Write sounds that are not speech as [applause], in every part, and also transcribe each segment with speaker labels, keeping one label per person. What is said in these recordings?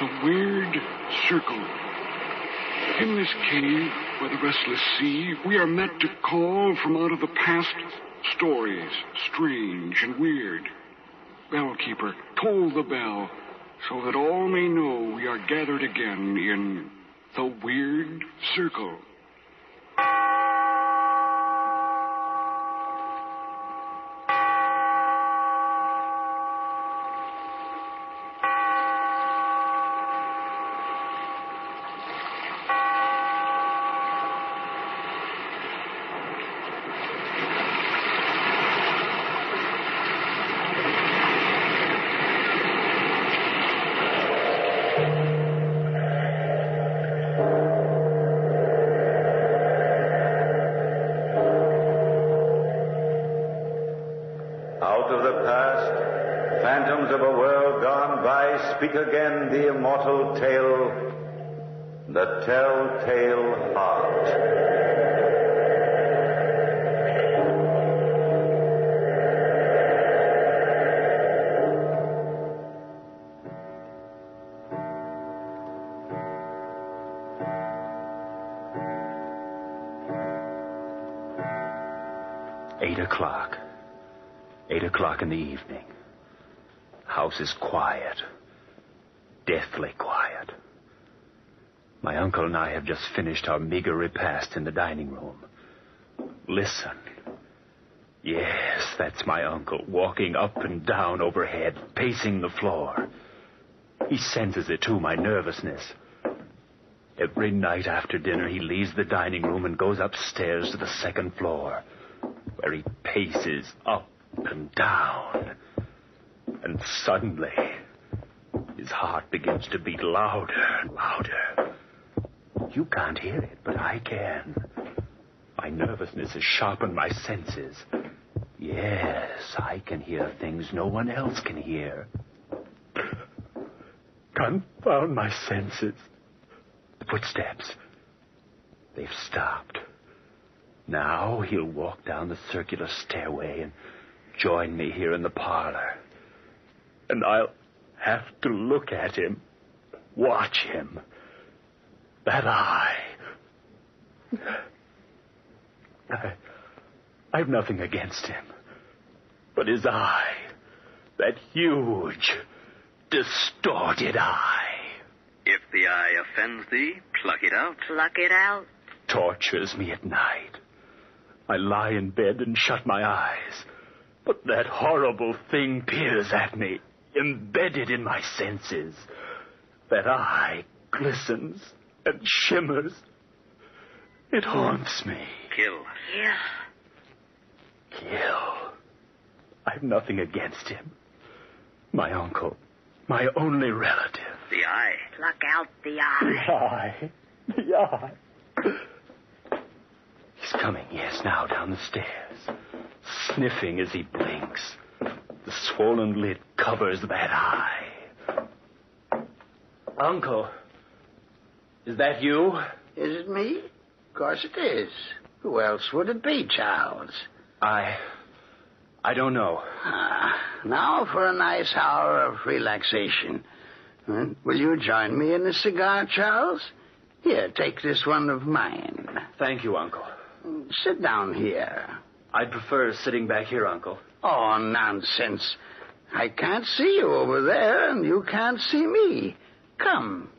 Speaker 1: the weird circle. In this cave by the restless sea, we are meant to call from out of the past stories strange and weird. Bellkeeper, toll the bell so that all may know we are gathered again in the weird circle.
Speaker 2: Out of the past, phantoms of a world gone by, speak again the immortal tale, the telltale heart.
Speaker 3: Eight o'clock. Eight o'clock in the evening. House is quiet. Deathly quiet. My uncle and I have just finished our meager repast in the dining room. Listen. Yes, that's my uncle walking up and down overhead, pacing the floor. He senses it too, my nervousness. Every night after dinner, he leaves the dining room and goes upstairs to the second floor where he paces up and down. And suddenly, his heart begins to beat louder and louder. You can't hear it, but I can. My nervousness has sharpened my senses. Yes, I can hear things no one else can hear. Confound my senses. Footsteps. They've stopped. Now he'll walk down the circular stairway and join me here in the parlor. And I'll have to look at him, watch him. That eye. I, I've nothing against him. But his eye, that huge, distorted eye,
Speaker 4: If the eye offends thee, pluck it out.
Speaker 5: Pluck it out.
Speaker 3: tortures me at night. I lie in bed and shut my eyes. But that horrible thing peers at me, embedded in my senses. That eye glistens and shimmers. It haunts me.
Speaker 4: Kill.
Speaker 5: Yeah.
Speaker 3: Kill. I've nothing against him. My uncle, my only relative.
Speaker 4: The eye.
Speaker 5: Pluck out the eye.
Speaker 3: The eye. The eye. [laughs] He's coming, yes, now down the stairs, sniffing as he blinks. The swollen lid covers that eye. Uncle, is that you?
Speaker 6: Is it me? Of course it is. Who else would it be, Charles?
Speaker 3: I. I don't know.
Speaker 6: Now for a nice hour of relaxation. Hmm? Will you join me in a cigar, Charles? Here, take this one of mine.
Speaker 3: Thank you, Uncle.
Speaker 6: Sit down here.
Speaker 3: I'd prefer sitting back here, Uncle.
Speaker 6: Oh, nonsense. I can't see you over there, and you can't see me. Come.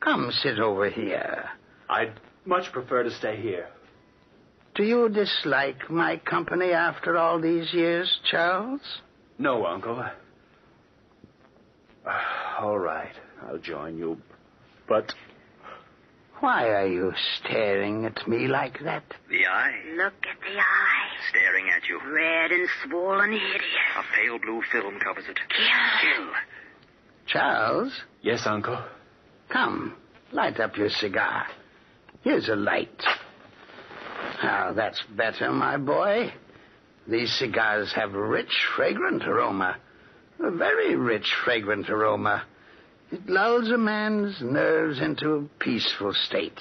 Speaker 6: Come sit over here.
Speaker 3: I'd much prefer to stay here.
Speaker 6: Do you dislike my company after all these years, Charles?
Speaker 3: No, Uncle. Ah, All right, I'll join you. But
Speaker 6: Why are you staring at me like that?
Speaker 4: The eye
Speaker 5: Look at the eyes.
Speaker 4: staring at you.
Speaker 5: Red and swollen, hideous.
Speaker 4: A pale blue film covers it.
Speaker 5: Kill.
Speaker 6: Charles,
Speaker 3: yes, Uncle.
Speaker 6: come. Light up your cigar. Here's a light. Now, that's better, my boy. These cigars have rich, fragrant aroma. A very rich, fragrant aroma. It lulls a man's nerves into a peaceful state.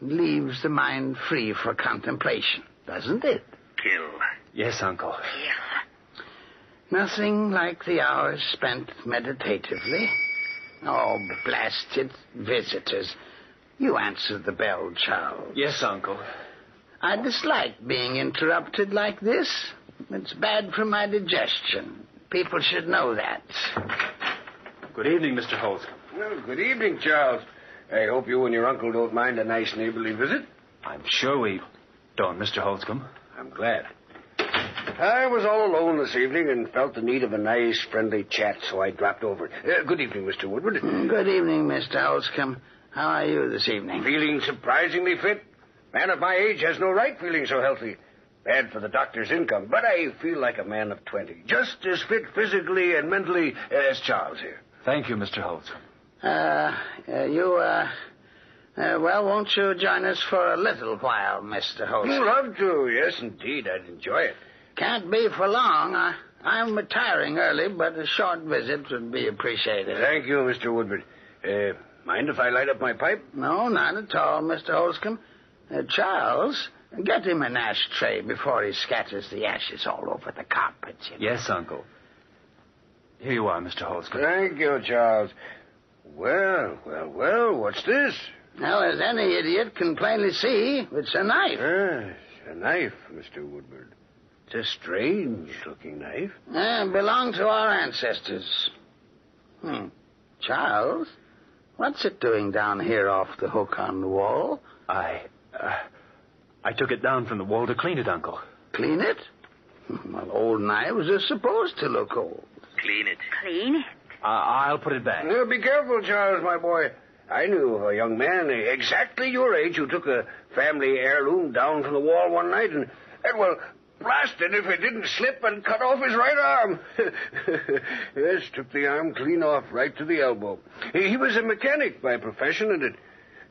Speaker 6: Leaves the mind free for contemplation, doesn't it?
Speaker 4: Kill.
Speaker 3: Yes, Uncle.
Speaker 6: Nothing like the hours spent meditatively. Oh, blasted visitors. You answered the bell, Charles.
Speaker 3: Yes, Uncle.
Speaker 6: I dislike being interrupted like this. It's bad for my digestion. People should know that.
Speaker 3: Good evening, Mr. Holcomb.
Speaker 7: Well, good evening, Charles. I hope you and your uncle don't mind a nice neighborly visit.
Speaker 3: I'm sure we don't, Mr. Holcomb.
Speaker 7: I'm glad. I was all alone this evening and felt the need of a nice, friendly chat, so I dropped over. Uh, good evening, Mr. Woodward.
Speaker 6: Hmm, Good evening, Mr. Holcomb. How are you this evening?
Speaker 7: Feeling surprisingly fit? Man of my age has no right feeling so healthy. Bad for the doctor's income, but I feel like a man of 20. Just as fit physically and mentally as Charles here.
Speaker 3: Thank you, Mr. Holcomb.
Speaker 6: Uh, uh, you, uh, uh, well, won't you join us for a little while, Mr. Holcomb?
Speaker 7: Love to. Yes, indeed. I'd enjoy it.
Speaker 6: Can't be for long. I, Uh, I'm retiring early, but a short visit would be appreciated.
Speaker 7: Thank you, Mr. Woodward. Uh, mind if I light up my pipe?
Speaker 6: No, not at all, Mr. Holcomb. Uh, Charles, get him an ashtray before he scatters the ashes all over the carpet. you know.
Speaker 3: Yes, Uncle. Here you are, Mr. Holcomb.
Speaker 7: Thank you, Charles. Well, well, well, what's this?
Speaker 6: Now, as any idiot can plainly see, it's a knife.
Speaker 7: Ah, it's a knife, Mr. Woodward. It's a strange looking knife.
Speaker 6: Uh, belonged to our ancestors. Hmm. Charles, what's it doing down here off the hook on the wall?
Speaker 3: I. Uh, I took it down from the wall to clean it, Uncle.
Speaker 6: Clean it? [laughs] Well, old knives are supposed to look old.
Speaker 4: Clean it.
Speaker 5: Clean.
Speaker 3: Uh, I'll put it back.
Speaker 7: Now, be careful, Charles, my boy. I knew of a young man exactly your age who took a family heirloom down from the wall one night and, and well, blasted if it didn't slip and cut off his right arm. [laughs] yes, took the arm clean off right to the elbow. He, he was a mechanic by profession, and it,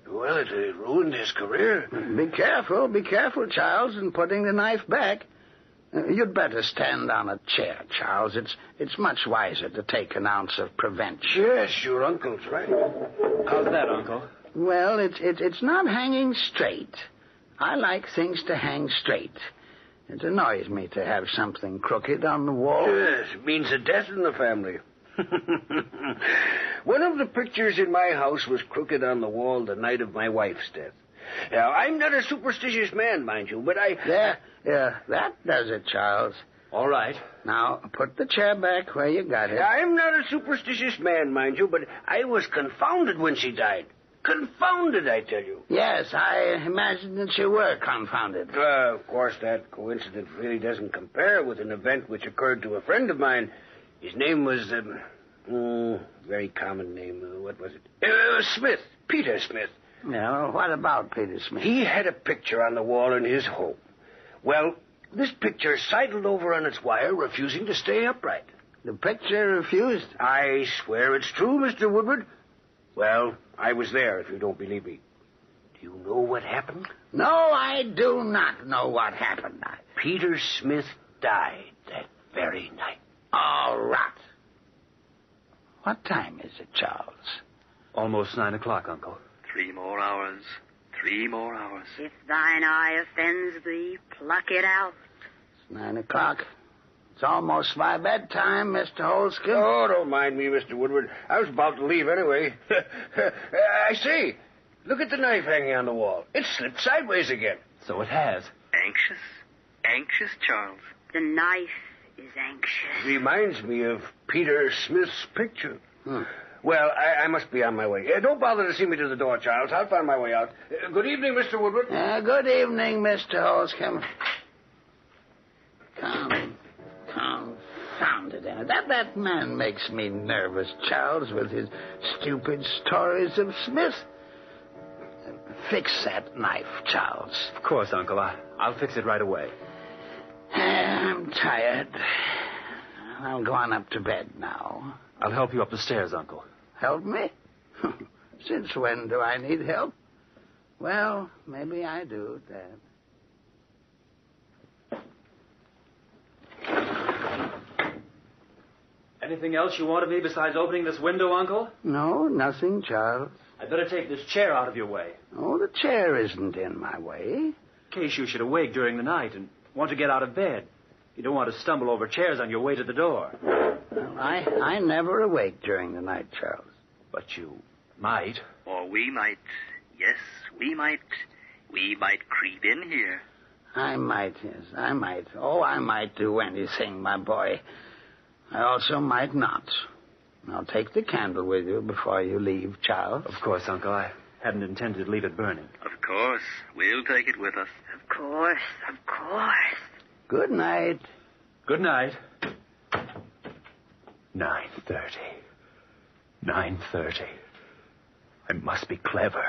Speaker 7: well, it, it ruined his career.
Speaker 6: Be careful, be careful, Charles, in putting the knife back. Uh, You'd better stand on a chair, Charles. It's it's much wiser to take an ounce of prevention.
Speaker 7: Yes, your uncle's right.
Speaker 3: How's that, Uncle?
Speaker 6: Well, it's it's it's not hanging straight. I like things to hang straight. It annoys me to have something crooked on the wall.
Speaker 7: Yes, it means a death in the family. [laughs] One of the pictures in my house was crooked on the wall the night of my wife's death. Now, I'm not a superstitious man, mind you, but I.
Speaker 6: There, yeah, that does it, Charles.
Speaker 3: All right.
Speaker 6: Now put the chair back where you got it.
Speaker 7: I'm not a superstitious man, mind you, but I was confounded when she died. Confounded, I tell you.
Speaker 6: Yes, I imagine that you were confounded.
Speaker 7: Uh, of course, that coincidence really doesn't compare with an event which occurred to a friend of mine. His name was, um, oh, very common name. Uh, what was it? Uh, Smith. Peter Smith.
Speaker 6: Now, what about Peter Smith?
Speaker 7: He had a picture on the wall in his home. Well, this picture sidled over on its wire, refusing to stay upright.
Speaker 6: The picture refused.
Speaker 7: I swear it's true, Mr. Woodward. Well, I was there, if you don't believe me. Do you know what happened?
Speaker 6: No, I do not know what happened. I-
Speaker 7: Peter Smith died that very night.
Speaker 6: All right. What time is it, Charles?
Speaker 3: Almost nine o'clock, Uncle.
Speaker 4: Three more hours. Three more hours.
Speaker 5: If thine eye offends thee, pluck it out.
Speaker 6: It's nine o'clock. It's almost my bedtime, Mr. Holscomb.
Speaker 7: Oh, don't mind me, Mr. Woodward. I was about to leave anyway. [laughs] I see. Look at the knife hanging on the wall. It slipped sideways again.
Speaker 3: So it has.
Speaker 4: Anxious? Anxious, Charles?
Speaker 5: The knife is anxious.
Speaker 7: Reminds me of Peter Smith's picture.
Speaker 6: Hmm.
Speaker 7: Well, I, I must be on my way. Uh, don't bother to see me to the door, Charles. I'll find my way out. Uh, good evening, Mr. Woodward.
Speaker 6: Uh, good evening, Mr. Holscomb. Come, confound it, Anna. That, that man makes me nervous, Charles, with his stupid stories of Smith. Fix that knife, Charles.
Speaker 3: Of course, Uncle. I, I'll fix it right away.
Speaker 6: I'm tired. I'll go on up to bed now.
Speaker 3: I'll help you up the stairs, Uncle.
Speaker 6: Help me? Since when do I need help? Well, maybe I do, Dad.
Speaker 8: Anything else you want of me besides opening this window, Uncle?
Speaker 6: No, nothing, Charles.
Speaker 8: I'd better take this chair out of your way,
Speaker 6: Oh, the chair isn't in my way.
Speaker 8: in case you should awake during the night and want to get out of bed. You don't want to stumble over chairs on your way to the door.
Speaker 6: Well, I, I never awake during the night, Charles.
Speaker 3: But you might.
Speaker 4: Or we might, yes, we might, we might creep in here.
Speaker 6: I might, yes, I might. Oh, I might do anything, my boy. I also might not. Now take the candle with you before you leave, Charles.
Speaker 3: Of course, Uncle. I hadn't intended to leave it burning.
Speaker 4: Of course, we'll take it with us.
Speaker 5: Of course, of course.
Speaker 6: Good night.
Speaker 3: Good night. Nine thirty. Nine thirty. I must be clever.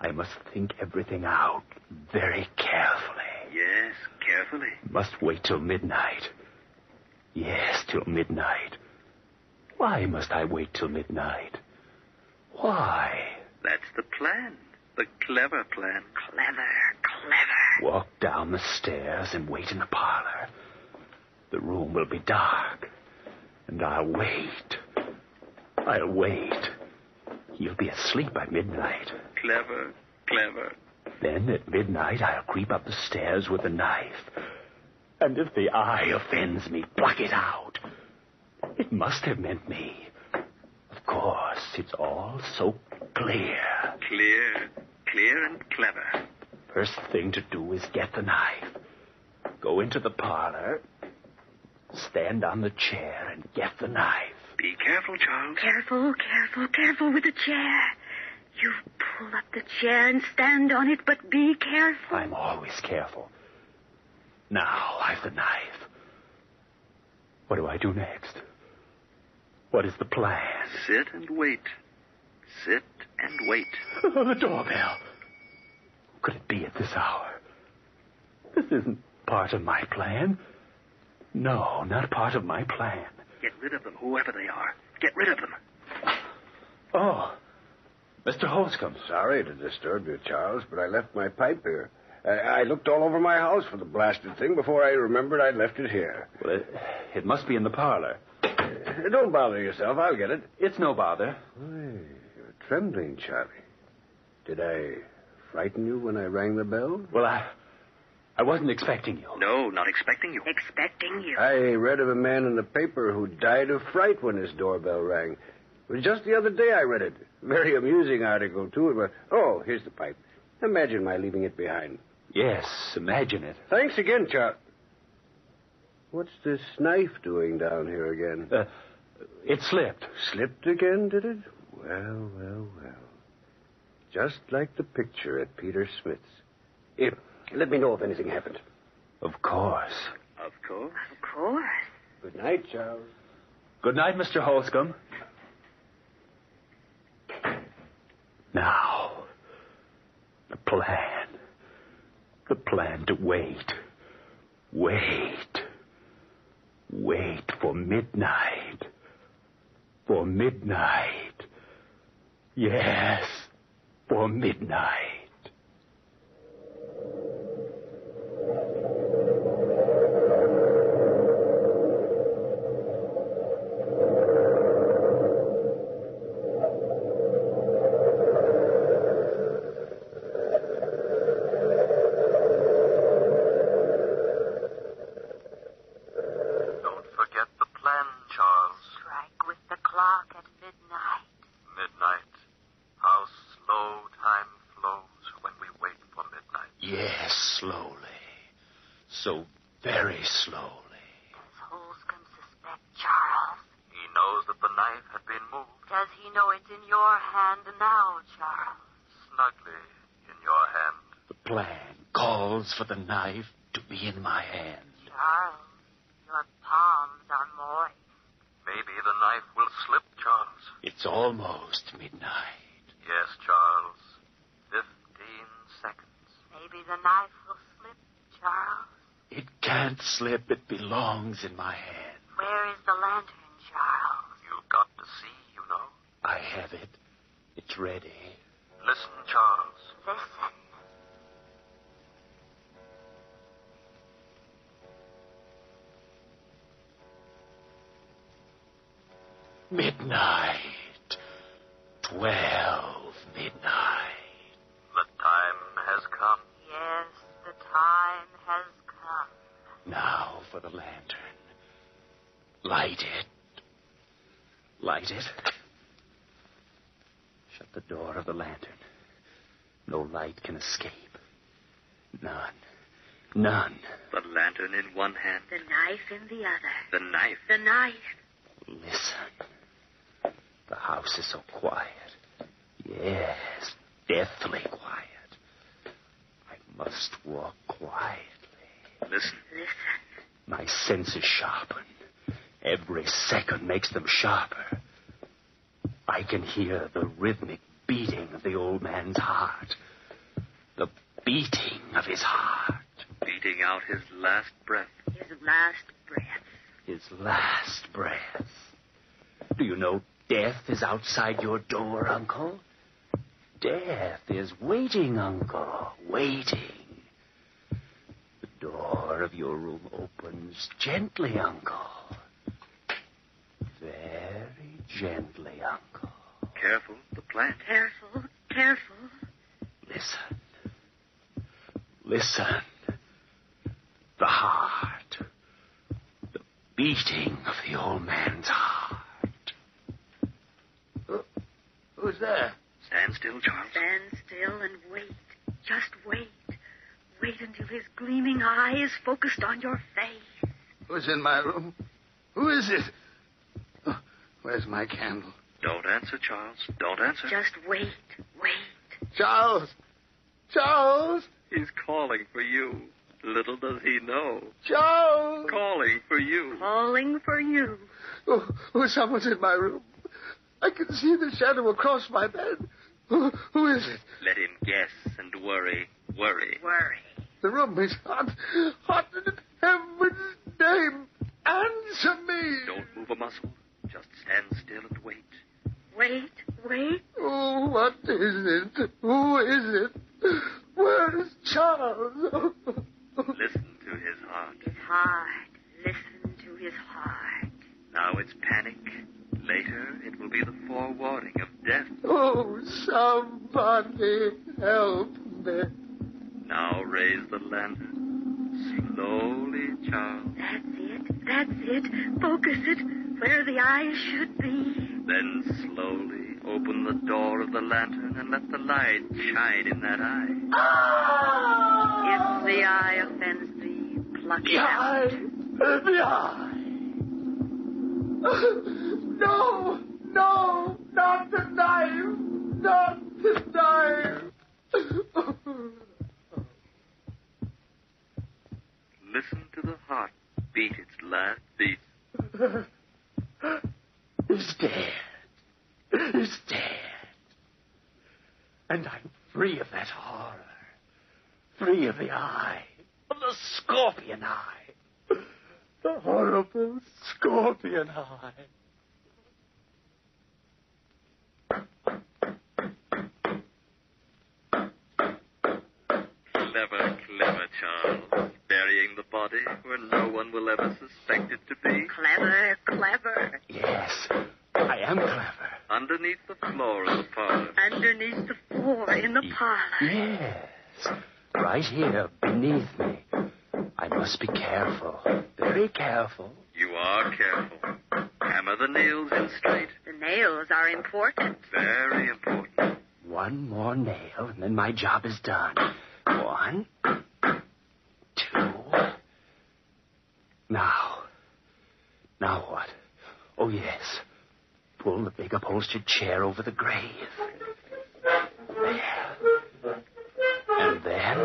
Speaker 3: I must think everything out very carefully.
Speaker 4: Yes, carefully.
Speaker 3: Must wait till midnight. Yes, till midnight. Why must I wait till midnight? Why?
Speaker 4: That's the plan. The clever plan.
Speaker 5: Clever, clever.
Speaker 3: Walk down the stairs and wait in the parlor. The room will be dark. And I'll wait. I'll wait. You'll be asleep by midnight.
Speaker 4: Clever, clever.
Speaker 3: Then at midnight, I'll creep up the stairs with a knife. And if the eye offends me, pluck it out. It must have meant me. Of course, it's all so clear.
Speaker 4: Clear, clear and clever.
Speaker 3: First thing to do is get the knife. Go into the parlor, stand on the chair, and get the knife.
Speaker 4: Be careful, Charles.
Speaker 5: Careful, careful, careful with the chair. You pull up the chair and stand on it, but be careful.
Speaker 3: I'm always careful. Now I've the knife. What do I do next? What is the plan?
Speaker 4: Sit and wait. Sit and wait.
Speaker 3: the doorbell. Could it be at this hour? This isn't part of my plan. No, not part of my plan.
Speaker 4: Get rid of them, whoever they are. Get rid of them.
Speaker 3: Oh, Mr. Holscomb.
Speaker 7: Sorry to disturb you, Charles, but I left my pipe here. I, I looked all over my house for the blasted thing before I remembered I'd left it here.
Speaker 3: Well, it, it must be in the parlor.
Speaker 7: Uh, Don't bother yourself. I'll get it.
Speaker 3: It's no bother.
Speaker 7: You're trembling, Charlie. Did I frighten you when I rang the bell?
Speaker 3: Well, I, I wasn't expecting you.
Speaker 4: No, not expecting you.
Speaker 5: Expecting you.
Speaker 7: I read of a man in the paper who died of fright when his doorbell rang. It was just the other day I read it. Very amusing article, too. It was, oh, here's the pipe. Imagine my leaving it behind.
Speaker 3: Yes, imagine it.
Speaker 7: Thanks again, Charlie. What's this knife doing down here again?
Speaker 3: Uh, it slipped.
Speaker 7: Slipped again, did it? Well, well, well. Just like the picture at Peter Smith's. Here, let me know if anything happened.
Speaker 3: Of course.
Speaker 4: Of course.
Speaker 5: Of course.
Speaker 7: Good night, Charles.
Speaker 3: Good night, Mr. Holscomb. Now, the plan. The plan to wait. Wait. Wait for midnight. For midnight. Yes, for midnight. slowly. So very slowly.
Speaker 9: Fools can suspect Charles.
Speaker 10: He knows that the knife had been moved
Speaker 9: Does he know it's in your hand now, Charles?
Speaker 10: snugly in your hand.
Speaker 3: The plan calls for the knife to be in my hand.
Speaker 9: Charles, your palms are moist.
Speaker 10: Maybe the knife will slip, Charles.
Speaker 3: It's almost midnight.
Speaker 10: Yes, Charles. Fifteen seconds.
Speaker 9: Maybe the knife will slip, Charles.
Speaker 3: It can't slip. It belongs in my hand.
Speaker 9: Where is the lantern, Charles?
Speaker 10: You've got to see, you know.
Speaker 3: I have it. It's ready.
Speaker 10: Listen, Charles.
Speaker 9: Listen.
Speaker 3: Midnight. Twelve midnight.
Speaker 10: The time has come.
Speaker 9: Yes, the time has come.
Speaker 3: Now for the lantern. Light it. Light it. Shut the door of the lantern. No light can escape. None. None.
Speaker 4: The lantern in one hand,
Speaker 5: The knife in the other.
Speaker 4: the knife.
Speaker 5: The knife.
Speaker 3: Listen. The house is so quiet. Yes, deathly quiet. I must walk quiet.
Speaker 4: Listen.
Speaker 5: Listen.
Speaker 3: My senses sharpen. Every second makes them sharper. I can hear the rhythmic beating of the old man's heart. The beating of his heart.
Speaker 4: Beating out his last breath.
Speaker 5: His last breath.
Speaker 3: His last breath. Do you know death is outside your door, Uncle? Death is waiting, Uncle. Waiting. The door of your room opens gently, Uncle. Very gently, Uncle.
Speaker 4: Careful, the plant.
Speaker 5: Careful. Careful.
Speaker 3: Listen. Listen. The heart. The beating of the old man's heart.
Speaker 6: Who's there?
Speaker 4: Stand still, Charles.
Speaker 5: Stand still and wait. Just wait. Wait until his gleaming eye is focused on your face.
Speaker 6: Who's in my room? Who is it? Oh, Where's my candle?
Speaker 4: Don't answer, Charles. Don't answer.
Speaker 5: Just wait. Wait.
Speaker 6: Charles! Charles!
Speaker 4: He's calling for you. Little does he know.
Speaker 6: Charles!
Speaker 4: Calling for you.
Speaker 5: Calling for you.
Speaker 6: Oh, oh, someone's in my room. I can see the shadow across my bed. Who, who is it?
Speaker 4: Let him guess and worry. Worry.
Speaker 5: Worry.
Speaker 6: The room is hot. Hot in heaven's name. Answer me.
Speaker 4: Don't move a muscle. Just stand still and wait.
Speaker 5: Wait. Wait.
Speaker 6: Oh, what is it? Who is it? Where is Charles?
Speaker 4: Listen to his heart.
Speaker 5: His heart. Listen to his heart.
Speaker 4: Now it's panic. Later, it will be the forewarning of death.
Speaker 6: Oh, somebody help me.
Speaker 4: Now raise the lantern. Slowly, Charles.
Speaker 5: That's it. That's it. Focus it where the eye should be.
Speaker 4: Then slowly open the door of the lantern and let the light shine in that eye.
Speaker 5: If the eye offends thee, pluck it out.
Speaker 6: The eye. No, no, not the knife. Not the knife.
Speaker 4: Listen to the heart beat its last beat.
Speaker 3: He's dead. He's dead. And I'm free of that horror. Free of the eye. Of the scorpion eye. The horrible scorpion eye.
Speaker 4: Clever, clever, Charles. Burying the body where no one will ever suspect it to be.
Speaker 5: Clever, clever.
Speaker 3: Yes, I am clever.
Speaker 4: Underneath the floor of the parlor.
Speaker 5: Underneath the floor in the parlor.
Speaker 3: Yes, right here beneath me. I must be careful. Very careful.
Speaker 4: You are careful. Hammer the nails in straight.
Speaker 5: The nails are important.
Speaker 4: Very important.
Speaker 3: One more nail, and then my job is done. One, Now. Now what? Oh, yes. Pull the big upholstered chair over the grave. And then.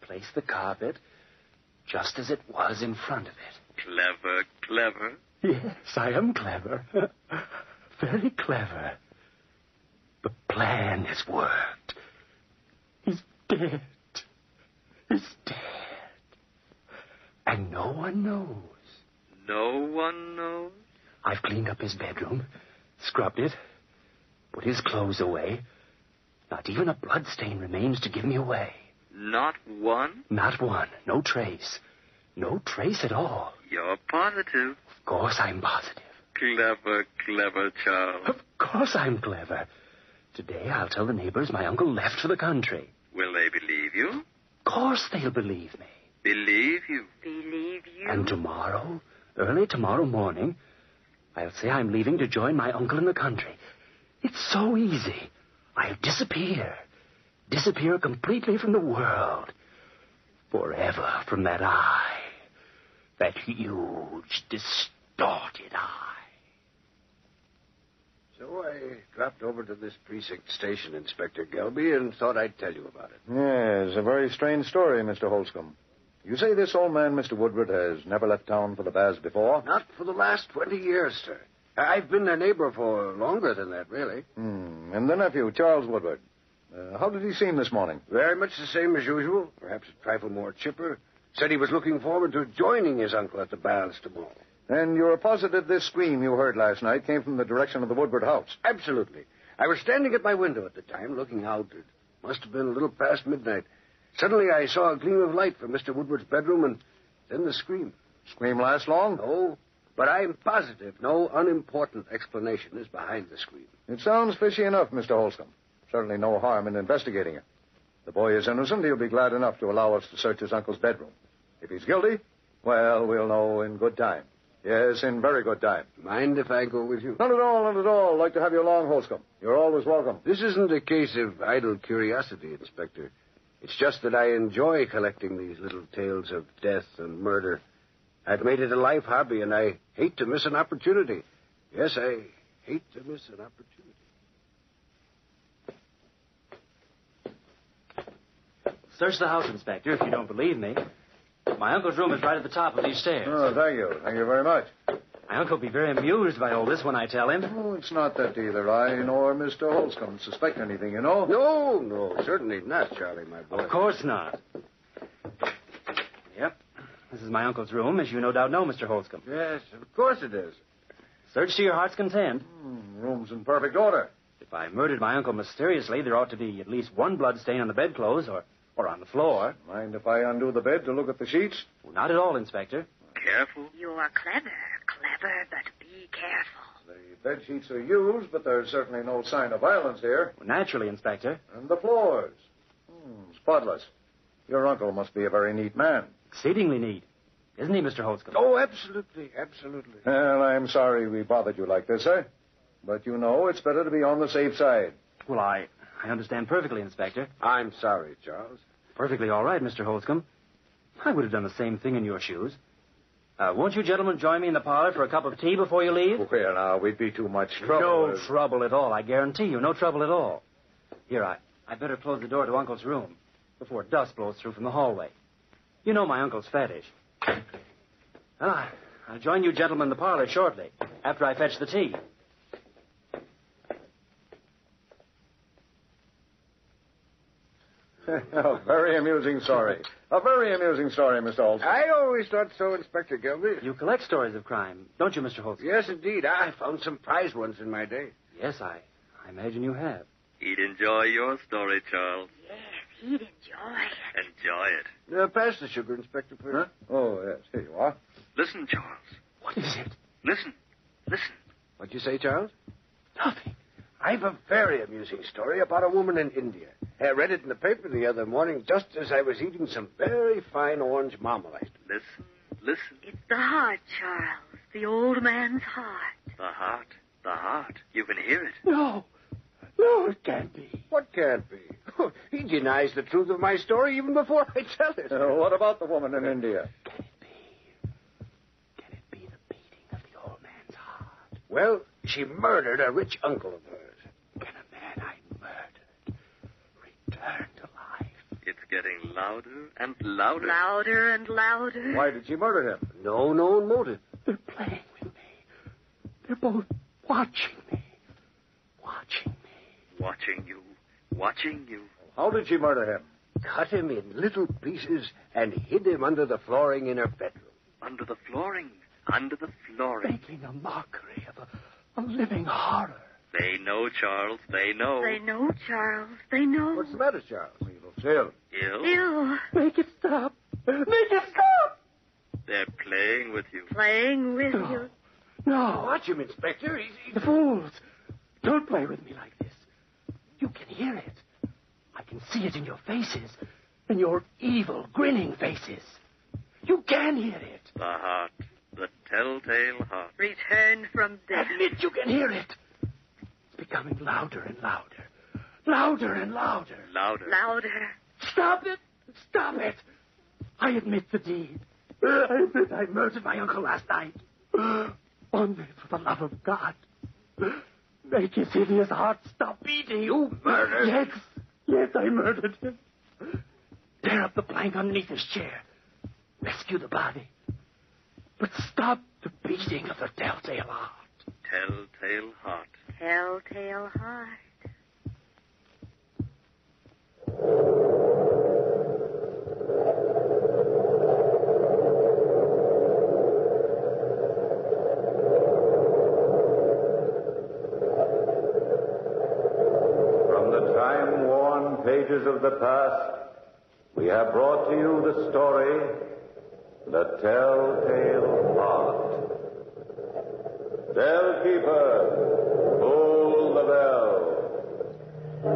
Speaker 3: Place the carpet just as it was in front of it.
Speaker 4: Clever, clever.
Speaker 3: Yes, I am clever. [laughs] Very clever. The plan has worked. He's dead. He's dead. And no one knows.
Speaker 4: No one knows.
Speaker 3: I've cleaned up his bedroom, scrubbed it, put his clothes away. Not even a bloodstain remains to give me away.
Speaker 4: Not one?
Speaker 3: Not one. No trace. No trace at all.
Speaker 4: You're positive.
Speaker 3: Of course I'm positive.
Speaker 4: Clever, clever, Charles.
Speaker 3: Of course I'm clever. Today I'll tell the neighbors my uncle left for the country.
Speaker 4: Will they believe you?
Speaker 3: Of course they'll believe me.
Speaker 4: Believe you.
Speaker 5: Believe you.
Speaker 3: And tomorrow, early tomorrow morning, I'll say I'm leaving to join my uncle in the country. It's so e- easy. I'll disappear. Disappear completely from the world. Forever from that eye. That huge, distorted eye.
Speaker 7: So I dropped over to this precinct station, Inspector Gelby, and thought I'd tell you about it.
Speaker 11: Yes, a very strange story, Mr. Holscomb. You say this old man, Mr. Woodward, has never left town for the baths before?
Speaker 7: Not for the last 20 years, sir. I- I've been their neighbor for longer than that, really.
Speaker 11: Hmm. And the nephew, Charles Woodward. Uh, how did he seem this morning?
Speaker 7: Very much the same as usual, perhaps a trifle more chipper. Said he was looking forward to joining his uncle at the baths tomorrow.
Speaker 11: And you're positive this scream you heard last night came from the direction of the Woodward house?
Speaker 7: Absolutely. I was standing at my window at the time, looking out. It must have been a little past midnight. Suddenly, I saw a gleam of light from Mr. Woodward's bedroom, and then the scream.
Speaker 11: Scream last long?
Speaker 7: No, but I'm positive no unimportant explanation is behind the scream.
Speaker 11: It sounds fishy enough, Mr. Holscomb. Certainly no harm in investigating it. The boy is innocent. He'll be glad enough to allow us to search his uncle's bedroom. If he's guilty, well, we'll know in good time. Yes, in very good time.
Speaker 7: Mind if I go with you?
Speaker 11: Not at all, not at all. Like to have you along, Holscomb. You're always welcome.
Speaker 7: This isn't a case of idle curiosity, Inspector. It's just that I enjoy collecting these little tales of death and murder. I've made it a life hobby, and I hate to miss an opportunity. Yes, I hate to miss an opportunity.
Speaker 8: Search the house, Inspector, if you don't believe me. My uncle's room is right at the top of these stairs.
Speaker 11: Oh, thank you. Thank you very much.
Speaker 8: My uncle'll be very amused by all this when I tell him.
Speaker 11: Oh, it's not that either I nor Mr. Holscomb suspect anything, you know.
Speaker 7: No, no, certainly not, Charlie, my boy.
Speaker 8: Of course not. Yep. This is my uncle's room, as you no doubt know, Mr. Holscomb.
Speaker 7: Yes, of course it is.
Speaker 8: Search to your heart's content.
Speaker 11: Hmm, room's in perfect order.
Speaker 8: If I murdered my uncle mysteriously, there ought to be at least one blood stain on the bedclothes or, or on the floor.
Speaker 11: Mind if I undo the bed to look at the sheets?
Speaker 8: Well, not at all, Inspector.
Speaker 4: Careful.
Speaker 5: You are clever, clever, but be careful.
Speaker 11: The bed sheets are used, but there's certainly no sign of violence here.
Speaker 8: Well, naturally, Inspector.
Speaker 11: And the floors. Hmm, spotless. Your uncle must be a very neat man.
Speaker 8: Exceedingly neat. Isn't he, Mr. Holscomb?
Speaker 7: Oh, absolutely, absolutely.
Speaker 11: Well, I'm sorry we bothered you like this, sir. But you know, it's better to be on the safe side.
Speaker 8: Well, I, I understand perfectly, Inspector.
Speaker 7: I'm sorry, Charles.
Speaker 8: Perfectly all right, Mr. Holscomb. I would have done the same thing in your shoes. Uh, won't you gentlemen join me in the parlor for a cup of tea before you leave?
Speaker 11: Well, now, we'd be too much
Speaker 8: No
Speaker 11: trouble.
Speaker 8: trouble at all, I guarantee you. No trouble at all. Here, I, I better close the door to Uncle's room before dust blows through from the hallway. You know my uncle's fetish. Well, I, I'll join you gentlemen in the parlor shortly, after I fetch the tea.
Speaker 11: [laughs] a very amusing story. A very amusing story, Mr. Olson.
Speaker 7: I always thought so, Inspector Gilby.
Speaker 8: You collect stories of crime, don't you, Mr. Holtz?
Speaker 7: Yes, indeed. I found some prize ones in my day.
Speaker 8: Yes, I, I imagine you have.
Speaker 4: He'd enjoy your story, Charles.
Speaker 5: Yes, he'd enjoy it.
Speaker 4: Enjoy it.
Speaker 7: Uh, pass the sugar, Inspector, please.
Speaker 11: Huh? Oh, yes, here you are.
Speaker 4: Listen, Charles.
Speaker 8: What is it?
Speaker 4: Listen. Listen.
Speaker 7: What'd you say, Charles?
Speaker 8: Nothing.
Speaker 7: I've a very amusing story about a woman in India. I read it in the paper the other morning just as I was eating some very fine orange marmalade.
Speaker 4: Listen. Listen.
Speaker 5: It's the heart, Charles. The old man's heart.
Speaker 4: The heart. The heart. You can hear it.
Speaker 7: No. No, it can't be. What can't be? [laughs] he denies the truth of my story even before I tell it.
Speaker 11: Uh, what about the woman in India?
Speaker 8: Can it be?
Speaker 6: Well, she murdered a rich uncle of hers.
Speaker 3: It's getting louder and louder.
Speaker 5: Louder and louder.
Speaker 12: Why did she murder him?
Speaker 6: No known motive.
Speaker 12: They're
Speaker 6: playing
Speaker 12: with
Speaker 6: me.
Speaker 12: They're both watching
Speaker 6: me.
Speaker 12: Watching
Speaker 6: me.
Speaker 3: Watching you. Watching you.
Speaker 12: How did she murder him?
Speaker 6: Cut him in little pieces and hid him under the flooring in her bedroom.
Speaker 3: Under the flooring. Under the flooring.
Speaker 6: Making a mockery of a, a living horror.
Speaker 3: They know, Charles. They know.
Speaker 5: They know, Charles. They know.
Speaker 12: What's the matter, Charles? Still.
Speaker 3: Ill.
Speaker 5: Ew.
Speaker 6: Make it stop. Make it stop.
Speaker 3: They're playing with you.
Speaker 5: Playing with you.
Speaker 6: No. Watch him, Inspector. He's, Oh. The fools. Don't play with me like this. You can hear it. I can see it in your faces. In your evil, grinning faces. You can hear it.
Speaker 3: The heart. The telltale heart.
Speaker 5: Returned from death.
Speaker 6: Admit you can hear it. It's becoming louder and louder. Louder and louder.
Speaker 3: Louder.
Speaker 5: Louder.
Speaker 6: Stop it! Stop it! I admit the deed. Uh, I admit I murdered my uncle last night. Only for the love of God. Make his hideous heart stop beating. You murdered. Yes, yes, I murdered him. Tear up the plank underneath his chair. Rescue the body. But stop the beating of the telltale heart.
Speaker 3: Telltale heart.
Speaker 5: Telltale heart.
Speaker 2: From the time worn pages of the past, we have brought to you the story The Telltale Heart. Bell Keeper, pull the bell.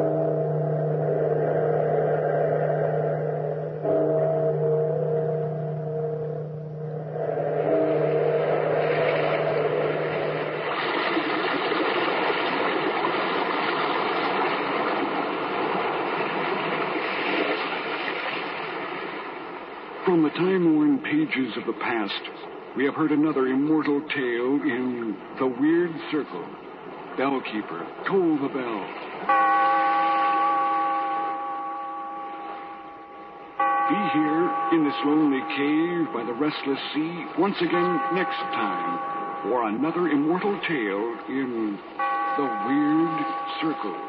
Speaker 1: From the time-worn pages of the past, we have heard another immortal tale in The Weird Circle. Bellkeeper, toll the bell. Be here in this lonely cave by the restless sea once again next time for another immortal tale in The Weird Circle.